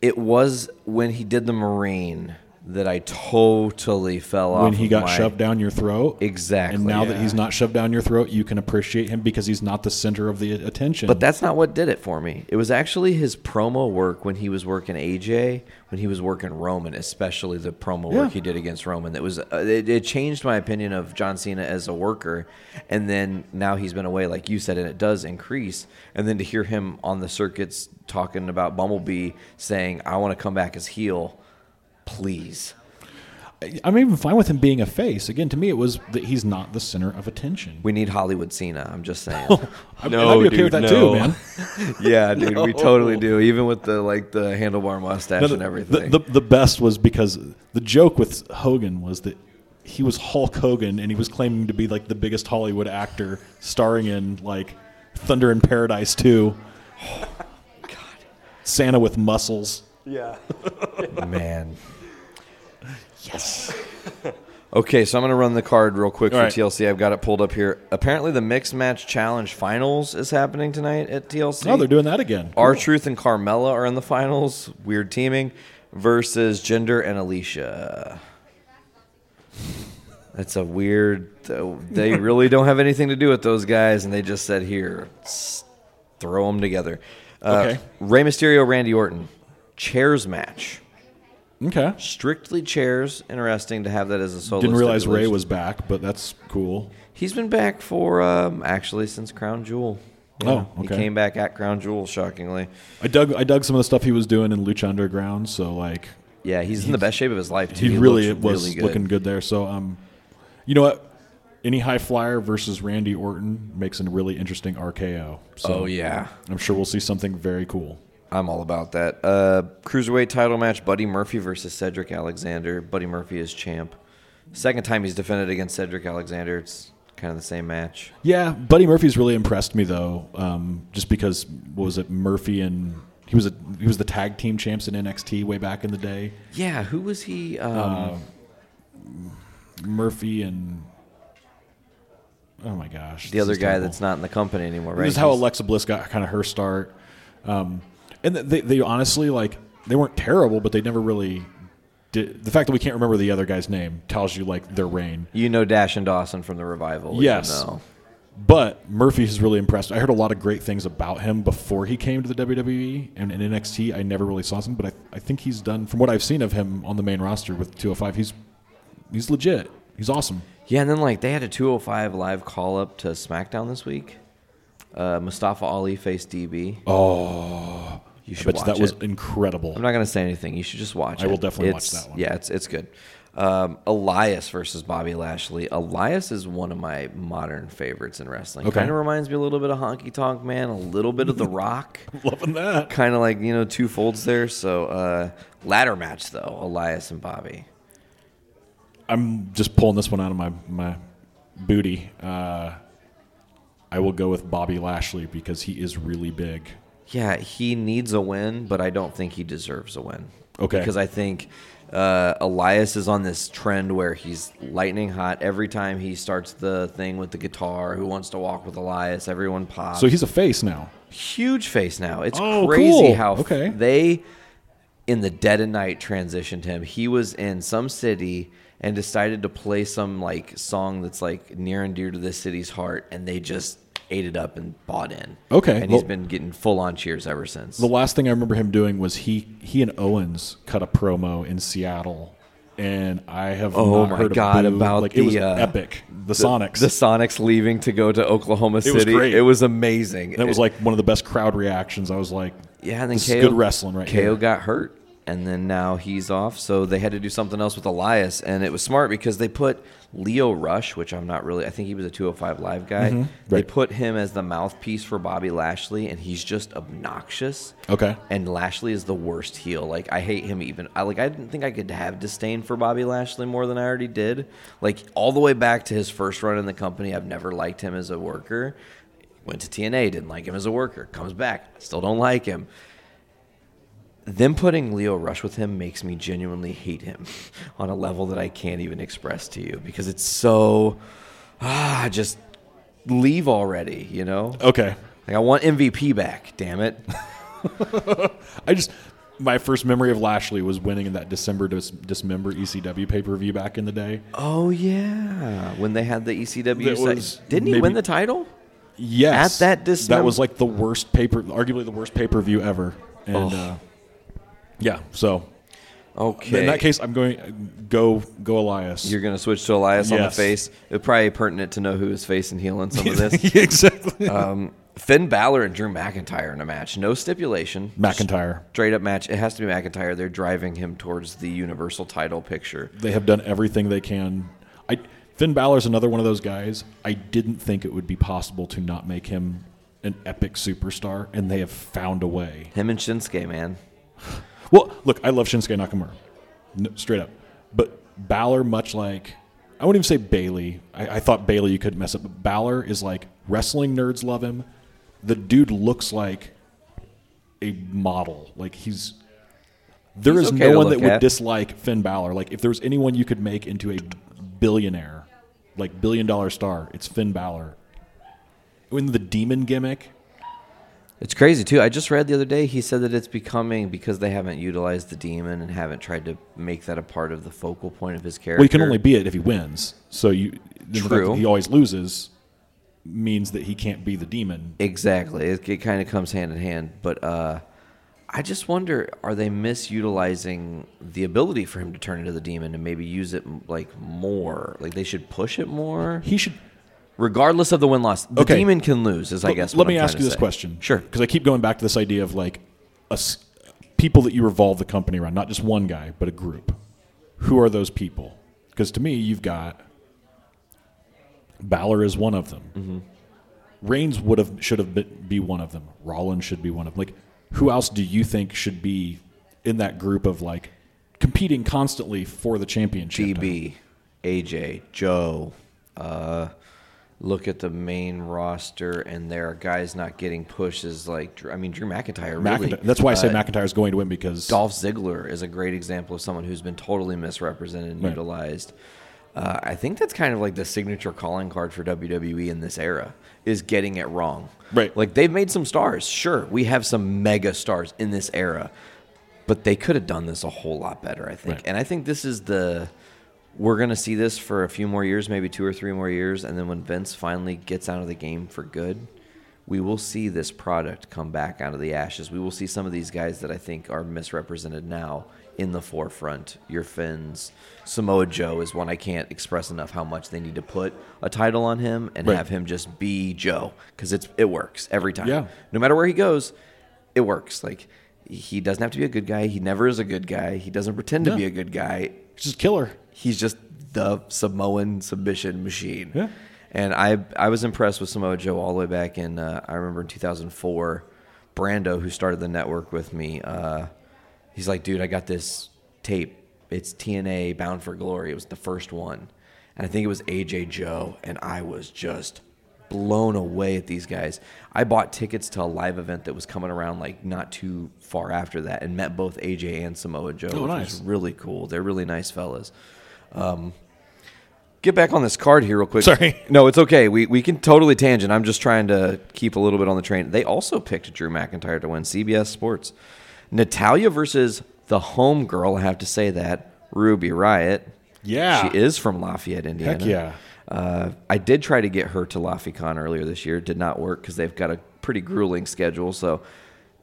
E: It was when he did the Marine that I totally fell off.
K: when he
E: of
K: got
E: my-
K: shoved down your throat.
E: Exactly.
K: And now that he's not shoved down your throat, you can appreciate him because he's not the center of the attention.
E: But that's not what did it for me. It was actually his promo work when he was working AJ, when he was working Roman, especially the promo work
K: Yeah.
E: he did against Roman. That was uh, it, it changed my opinion of John Cena as a worker. And then now he's been away, like you said, and it does increase. And then to hear him on the circuits talking about Bumblebee saying, "I want to come back as heel, please."
K: I'm even fine with him being a face. Again, to me, it was that he's not the center of attention.
E: We need Hollywood Cena. I'm just
K: [laughs]
E: saying.
K: I- and
L: No,
K: I'd be okay
L: dude,
K: with that
L: no.
E: [laughs]
K: too, man.
E: yeah, dude, we totally do. Even with the like the handlebar mustache
K: No, the-
E: and everything.
K: The, the, the best was because the joke with Hogan was that he was Hulk Hogan and he was claiming to be like the biggest Hollywood actor, starring in like Thunder in Paradise 2.
E: Oh
K: Santa with muscles.
E: Man. Yes. okay, so I'm going to run the card real quick for
K: right.
E: TLC. I've got it pulled up here. Apparently, the Mixed Match Challenge Finals is happening tonight at TLC.
K: Oh, they're doing that again.
E: R Truth and Carmella are in the finals. Weird teaming versus Gender and Alicia. That's a weird.
K: [laughs]
E: They really don't have anything to do with those guys, and they just said, "Here, s- throw them together." Uh,
K: Okay.
E: Rey Mysterio, Randy Orton, chairs match
K: Okay.
E: strictly chairs. Interesting to have that as a solo.
K: Didn't realize Ray
E: stipulation.
K: was back, but that's cool.
E: He's been back for um, actually since Crown Jewel.
K: Oh, okay.
E: He came back at Crown Jewel, shockingly.
K: I dug I dug some of the stuff he was doing in Lucha Underground, so like
E: Yeah, he's, in the best shape of his life. Too.
K: he, really
E: looks
K: was
E: really good.
K: looking good there. So um you know what? Any high flyer versus Randy Orton makes a really interesting RKO. So
E: Oh yeah,
K: I'm sure we'll see something very cool.
E: I'm all about that. Uh, cruiserweight title match: Buddy Murphy versus Cedric Alexander. Buddy Murphy is champ. Second time he's defended against Cedric Alexander. It's kind of the same match.
K: Yeah, Buddy Murphy's really impressed me though, um, just because what was it Murphy and he was a, he was the tag team champs in NXT way back in the day.
E: Yeah, who was he? Um,
K: Oh, Murphy and oh my gosh,
E: the
K: this
E: other
K: is
E: guy
K: terrible.
E: that's not in the company anymore, right?
K: This is how
E: He's-
K: Alexa Bliss got kind of her start. Um, and they, they honestly like they weren't terrible, but they never really. Did. The fact that we can't remember the other guy's name tells you like their reign.
E: you know Dash and Dawson from the revival. even
K: Yes.
E: though.
K: But Murphy has really impressed. I heard a lot of great things about him before he came to the WWE and in NXT. I never really saw him, but I, I think he's done from what I've seen of him on the main roster with 205. He's he's legit. He's awesome.
E: Yeah, and then like they had a 205 live call up to SmackDown this week. Uh, Mustafa Ali faced DB. Oh, you should
K: But
E: watch
K: that was
E: it.
K: incredible.
E: I'm not gonna say anything. You should just watch
K: I
E: it.
K: will definitely watch
E: It's-
K: that one.
E: Yeah, it's it's good. Um, Elias versus Bobby Lashley. Elias is one of my modern favorites in wrestling.
K: Okay.
E: Kind of reminds me a little bit of Honky Tonk Man, a little bit of The Rock.
K: [laughs]
E: [laughs]
K: loving that.
E: kind of like you know two folds there. So uh, ladder match though, Elias and Bobby.
K: I'm just pulling this one out of my my booty. Uh, I will go with Bobby Lashley because he is really big.
E: Yeah, he needs a win, but I don't think he deserves a win.
K: Okay.
E: Because I think uh, Elias is on this trend where he's lightning hot. Every time he starts the thing with the guitar, who wants to walk with Elias? Everyone pops.
K: So he's a face now.
E: huge face now. It's
K: Oh,
E: crazy
K: cool.
E: how f-
K: Okay.
E: they in the Dead of Night transitioned him. He was in some city and decided to play some like song that's like near and dear to this city's heart, and they just ate it up and bought in.
K: Okay,
E: and he's
K: well-
E: been getting full on cheers ever since.
K: The last thing I remember him doing was he he and Owens cut a promo in Seattle, and I have
E: Oh
K: not
E: my
K: heard a
E: God,
K: boo.
E: about
K: like it was
E: the, uh,
K: epic. The, Sonics.
E: the Sonics leaving to go to Oklahoma City.
K: was great.
E: It was amazing.
K: that was like one of the best crowd reactions. I was like,
E: yeah, and then
K: this
E: KO
K: is good wrestling right
E: KO
K: here.
E: got hurt, and then now he's off. So they had to do something else with Elias, and it was smart because they put Leo Rush, which I'm not really. I think he was a 205 Live guy. They
K: Mm-hmm. right.
E: put him as the mouthpiece for Bobby Lashley, and he's just obnoxious.
K: Okay.
E: And Lashley is the worst heel. Like I hate him even. I like I didn't think I could have disdain for Bobby Lashley more than I already did. Like all the way back to his first run in the company, I've never liked him as a worker. Went to TNA, didn't like him as a worker. Comes back, still don't like him. Them putting Leo Rush with him makes me genuinely hate him [laughs] on a level that I can't even express to you because it's so ah just leave already, you know?
K: Okay,
E: Like I want MVP back, damn it. [laughs]
K: I just my first memory of Lashley was winning in that December E dis- dismember ECW pay per view back in the day.
E: Oh yeah, when they had the ECW,
K: That
E: site.
K: was
E: didn't he win
K: maybe-
E: the title?
K: Yes,
E: At that
K: that
E: dismember-
K: was like the worst paper, arguably the worst pay per view ever. And uh, yeah, so
E: Okay.
K: in that case, I'm going go go Elias.
E: you're gonna switch to Elias on the
K: Yes.
E: face. It's probably pertinent to know who is facing heel in some of this.
K: [laughs]
E: [laughs] Um,
K: exactly
E: Finn Balor and Drew McIntyre in a match, no stipulation.
K: McIntyre.
E: Straight up match. It has to be McIntyre. They're driving him towards the Universal title picture.
K: They have done everything they can. I Finn Balor's another one of those guys. I didn't think it would be possible to not make him an epic superstar, and they have found a way.
E: Him and Shinsuke, man.
K: Well, look, I love Shinsuke Nakamura, N straight up. But Balor, much like I wouldn't even say Bailey. I, I thought Bailey you could mess up, but Balor is like wrestling nerds love him. The dude looks like a model. Like he's there
E: He's
K: is
E: okay to
K: no one
E: look
K: that would
E: at.
K: dislike Finn Balor. Like if there was anyone you could make into a billionaire, like billion dollar star, it's Finn Balor. When the demon gimmick,
E: It's crazy too. I just read the other day. He said that it's becoming because they haven't utilized the demon and haven't tried to make that a part of the focal point of his character.
K: Well, he can only be it if he wins. So you the fact
E: True.
K: that he always loses means that he can't be the demon.
E: Exactly. It, it kind of comes hand in hand. But uh, I just wonder are they misutilizing the ability for him to turn into the demon and maybe use it like more? Like they should push it more?
K: He should.
E: Regardless of the win loss, the
K: Okay.
E: demon can lose, is I
K: Let-
E: guess.
K: Let
E: what
K: me
E: I'm
K: ask
E: trying to
K: you this
E: say.
K: question.
E: Sure.
K: Because I keep going back to this idea of like us people that you revolve the company around, not just one guy, but a group. Who are those people? Because to me, you've got Balor is one of them.
E: Mm-hmm.
K: Reigns would have should have been, be one of them. Rollins should be one of them. Like, who else do you think should be in that group of like competing constantly for the championship?
E: DB, AJ, Joe. Uh, look at the main roster, and there are guys not getting pushes. Like, Drew- I mean, Drew McIntyre. Really,
K: McIntyre. That's why I say
E: uh,
K: McIntyre is going to win because
E: Dolph Ziggler is a great example of someone who's been totally misrepresented and
K: Right.
E: utilized. Uh, I think that's kind of like the signature calling card for WWE in this era is getting it wrong.
K: Right.
E: Like they've made some stars. Sure, we have some mega stars in this era, but they could have done this a whole lot better, I think.
K: Right.
E: And I think this is the we're going to see this for a few more years, maybe two or three more years, and then when Vince finally gets out of the game for good, we will see this product come back out of the ashes. We will see some of these guys that I think are misrepresented now in the forefront. Your Finns, Samoa Joe is one I can't express enough how much they need to put a title on him and
K: Right.
E: have him just be Joe because it's it works every time.
K: Yeah.
E: No matter where he goes, it works. Like he doesn't have to be a good guy. He never is a good guy. He doesn't pretend to
K: No.
E: be a good guy
K: he's just killer.
E: he's just the Samoan submission machine.
K: Yeah.
E: And I I was impressed with Samoa Joe all the way back in uh, I remember in 2004, Brando who started the network with me. Uh, he's like, dude, I got this tape. it's TNA Bound for Glory. It was the first one, and I think it was AJ Joe, and I was just blown away at these guys. I bought tickets to a live event that was coming around like not too far after that, and met both AJ and Samoa Joe, which
K: Oh, nice.
E: was really cool. They're really nice fellas. Um, get back on this card here real quick.
K: Sorry.
E: No, it's okay. We we can totally tangent. I'm just trying to keep a little bit on the train. They also picked Drew McIntyre to win CBS Sports. Natalia versus the home girl. I have to say that Ruby Riot.
K: Yeah.
E: she is from Lafayette, Indiana.
K: yeah.
E: Uh, I did try to get her to LaFiCon earlier this year. Did not work because they've got a pretty grueling schedule. So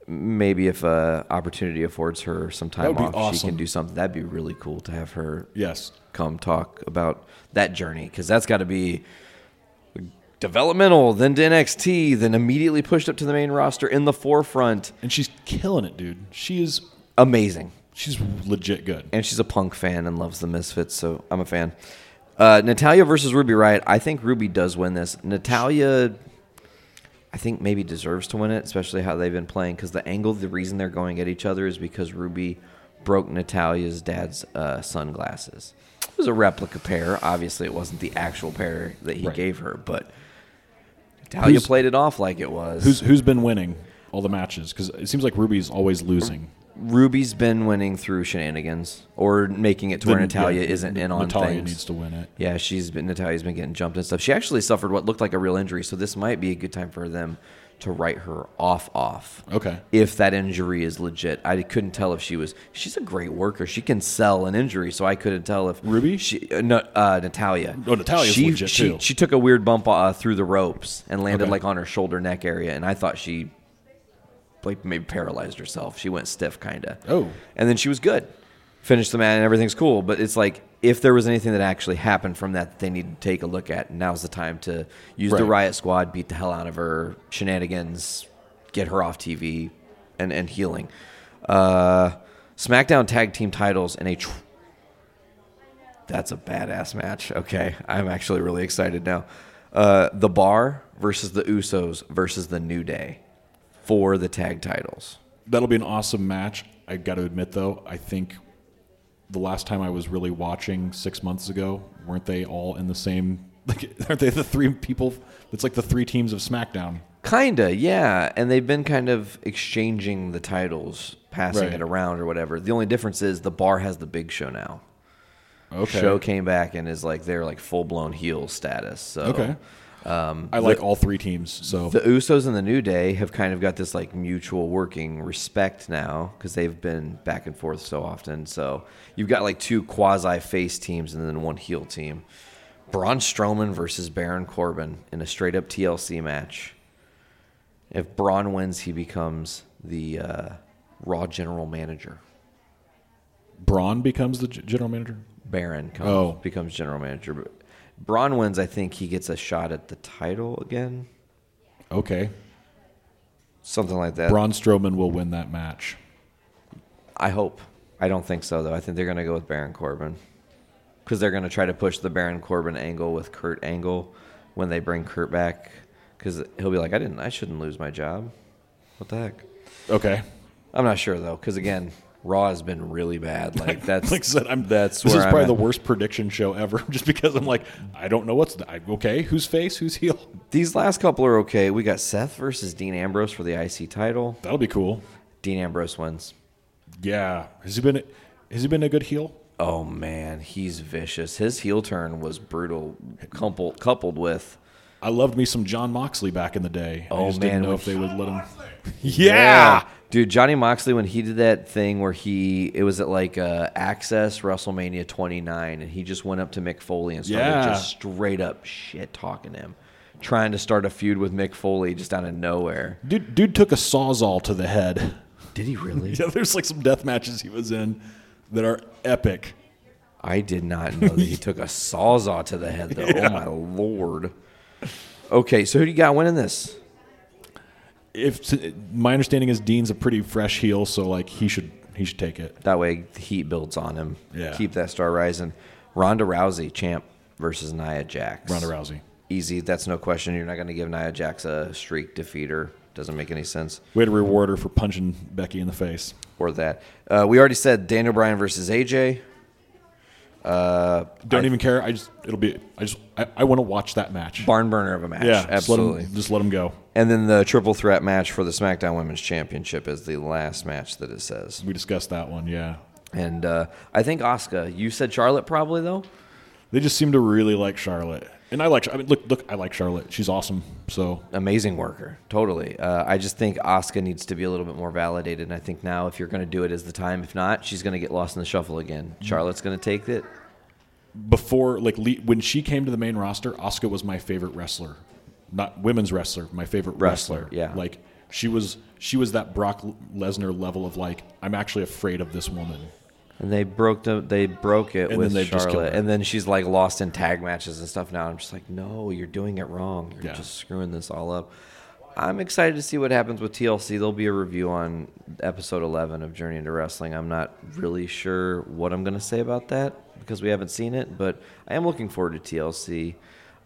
E: maybe if uh, opportunity affords her some time
K: would be
E: off, she
K: awesome.
E: can do something. That'd be really cool to have her
K: Yes.
E: come talk about that journey because that's got to be developmental, then to NXT, then immediately pushed up to the main roster in the forefront.
K: And she's killing it, dude. She is
E: Amazing.
K: she's legit good.
E: And she's a punk fan and loves the Misfits, so I'm a fan. Uh, Natalia versus Ruby Riot. I think Ruby does win this. Natalia, I think maybe deserves to win it, especially how they've been playing. Because the angle, the reason they're going at each other is because Ruby broke Natalia's dad's uh, sunglasses. It was a replica pair. Obviously, it wasn't the actual pair that he
K: Right.
E: gave her, but Natalia
K: Who's-
E: played it off like it was.
K: Who's who's been winning all the matches? Because it seems like Ruby's always losing.
E: Ruby's been winning through shenanigans or making it to where
K: Then,
E: Natalia
K: yeah,
E: isn't in on
K: Natalya
E: things.
K: needs to win it.
E: Yeah, she's been Natalia's been getting jumped and stuff. She actually suffered what looked like a real injury, so this might be a good time for them to write her off off.
K: Okay.
E: If that injury is legit. I couldn't tell if she was she's a great worker. She can sell an injury, so I couldn't tell if
K: Ruby?
E: she uh, no, uh Natalia.
K: Oh, Natalia's
E: she,
K: legit,
E: she,
K: too.
E: She took a weird bump uh, through the ropes and landed
K: Okay.
E: like on her shoulder neck area and I thought she like maybe paralyzed herself. She went stiff, kind of.
K: Oh.
E: And then she was good. Finished the man and everything's cool. But it's like if there was anything that actually happened from that, that they need to take a look at. Now's the time to use the
K: Right.
E: riot squad, beat the hell out of her, shenanigans, get her off TV, and and healing. Uh, SmackDown tag team titles and a. Tr- that's a badass match. Okay, I'm actually really excited now. Uh, the Bar versus the Usos versus the New Day for the tag titles.
K: That'll be an awesome match. I got to admit though, I think the last time I was really watching six months ago, weren't they all in the same? [laughs] Like, aren't they the three people? It's like the three teams of SmackDown.
E: Kinda, yeah. And they've been kind of exchanging the titles, passing
K: Right.
E: it around or whatever. The only difference is the bar has the big show now.
K: Okay.
E: Show came back and is like they're like full blown heel status. So
K: Okay. I like all three teams. So
E: Um, the Usos and the New Day have kind of got this like mutual working respect now because they've been back and forth so often. So you've got like two quasi face teams and then one heel team. Braun Strowman versus Baron Corbin in a straight up TLC match. If Braun wins, he becomes the uh, Raw general manager.
K: Braun becomes the g- general manager.
E: Baron comes,
K: Oh.
E: becomes general manager. But Braun wins, I think he gets a shot at the title again,
K: Okay.
E: something like that.
K: Braun Strowman will win that match.
E: I hope. I don't think so, though. I think they're going to go with Baron Corbin because they're going to try to push the Baron Corbin angle with Kurt Angle when they bring Kurt back because he'll be like, I didn't, I shouldn't lose my job. What the heck?
K: Okay.
E: I'm not sure though, because again, Raw has been really bad. Like that's
K: [laughs] Like I said, I'm.
E: that's
K: this
E: where
K: is
E: I'm
K: probably
E: at.
K: the worst prediction show ever, [laughs] just because I'm like, I don't know what's I, okay. Who's face? Who's heel? [laughs]
E: These last couple are okay. We got Seth versus Dean Ambrose for the IC title.
K: That'll be cool.
E: Dean Ambrose wins.
K: Yeah. Has he been? Has he been a good heel?
E: Oh man, he's vicious. His heel turn was brutal, coupled coupled with
K: I loved me some John Moxley back in the day. I
E: Oh,
K: just
E: man,
K: didn't know
E: when
K: if they would let him.
E: Yeah. Dude, Johnny Moxley, when he did that thing where he, it was at like uh, Access WrestleMania 29, and he just went up to Mick Foley and started
K: Yeah.
E: just straight up shit talking him, trying to start a feud with Mick Foley just out of nowhere.
K: Dude, dude took a sawzall to the head. [laughs]
E: Did he really?
K: Yeah, there's like some death matches he was in that are epic.
E: I did not know that he took a sawzall to the head, though. Oh, my Lord. Okay, so who do you got winning this?
K: If my understanding is Dean's a pretty fresh heel, so like he should he should take it.
E: That way the heat builds on him.
K: Yeah.
E: Keep that star rising. Ronda Rousey, champ versus Nia Jax.
K: Ronda Rousey.
E: easy. That's no question. You're not going to give Nia Jax a streak defeater. Doesn't make any sense.
K: Way to reward her for punching Becky in the face.
E: Or that. Uh, we already said Daniel Bryan versus AJ. Uh,
K: Don't even care. I just it'll be. I just I, I want to watch that match.
E: barn burner of a match.
K: yeah, just let 'em-
E: absolutely.
K: Just let them go.
E: And then the triple threat match for the SmackDown Women's Championship is the last match that it says.
K: We discussed that one. Yeah,
E: And uh, I think Asuka, you said Charlotte probably though.
K: they just seem to really like Charlotte, and I like. Char- I mean, look, look, I like Charlotte. She's awesome. So
E: Amazing worker, totally. Uh, I just think Asuka needs to be a little bit more validated. And I think now, if you're going to do it, is the time. If not, she's going to get lost in the shuffle again.
K: Mm-hmm.
E: Charlotte's going to take it.
K: before, like le- when she came to the main roster, Asuka was my favorite wrestler, not women's wrestler. My favorite
E: Wrestler,
K: wrestler.
E: yeah.
K: like she was. She was that Brock Lesnar level of like, I'm actually afraid of this woman.
E: And they broke the, they broke it
K: then
E: with
K: they've just killed
E: Charlotte,
K: her.
E: and then she's like lost in tag matches and stuff. Now I'm just like, no, you're doing it wrong. You're
K: Yeah.
E: just screwing this all up. I'm excited to see what happens with TLC. There'll be a review on episode 11 of Journey into Wrestling. I'm not really sure what I'm going to say about that because we haven't seen it, but I am looking forward to TLC.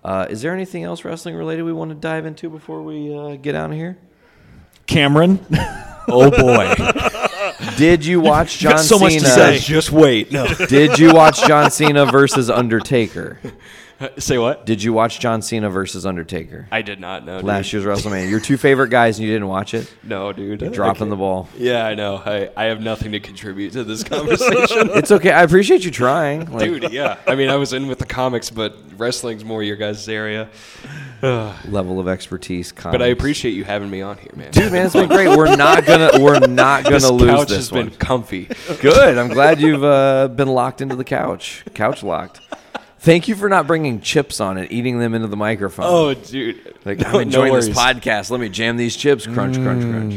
E: Uh, is there anything else wrestling related we want to dive into before we uh, get out of here?
K: Cameron,
D: Oh boy,
E: [laughs] Did you watch John
K: so much to
E: Cena?
K: say.
D: just wait. No,
E: Did you watch John Cena versus Undertaker?
L: Uh, Say what?
E: Did you watch John Cena versus Undertaker?
L: I did not know. dude.
E: Last year's WrestleMania. Your two favorite guys and you didn't watch it?
L: No, dude. I
E: Dropping
L: can't-
E: the ball.
L: Yeah, I know. I, I have nothing to contribute to this [laughs] conversation.
E: [laughs] It's okay. I appreciate you trying. Like,
L: Dude, yeah. I mean, I was in with the comics, but wrestling's more your guys' area.
E: level of expertise, comics.
L: But I appreciate you having me on here, man.
E: Dude, man, it's been great. We're not gonna we're
L: [laughs]
E: not gonna
L: this
E: lose
L: couch
E: this
L: has
E: one.
L: been comfy.
E: Good. I'm glad you've uh, been locked into the couch. Couch locked. Thank you for not bringing chips on it, eating them into the microphone.
L: Oh, dude.
E: like
L: [laughs] No-
E: I'm enjoying
L: no
E: this
L: worries. Mm.
E: podcast. Let me jam these chips. Crunch, crunch, crunch.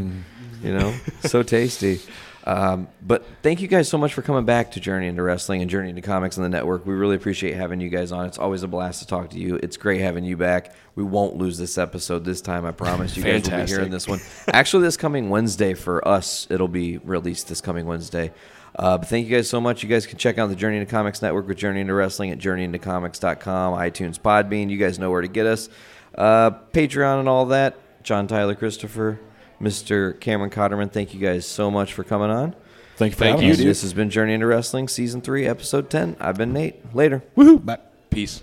E: You know, so tasty. Um, but thank you guys so much for coming back to Journey into Wrestling and Journey into Comics on the network. We really appreciate having you guys on. It's always a blast to talk to you. It's great having you back. We won't lose this episode this time. I promise. You guys will be
L: Fantastic.
E: hearing this one. Actually, this coming Wednesday for us, it'll be released this coming Wednesday. Uh, but thank you guys so much. You guys can check out the Journey into Comics Network with Journey into Wrestling at journeyintocomics.com, iTunes, Podbean. You guys know where to get us. Uh, Patreon and all that. John Tyler Christopher, Mr. Cameron Cotterman, thank you guys so much for coming on.
K: thank you for
L: Thank
K: having
L: you,
K: us.
E: This has been Journey into Wrestling, Season 3, Episode 10. I've been Nate. Later.
K: Woohoo! Bye.
L: Peace.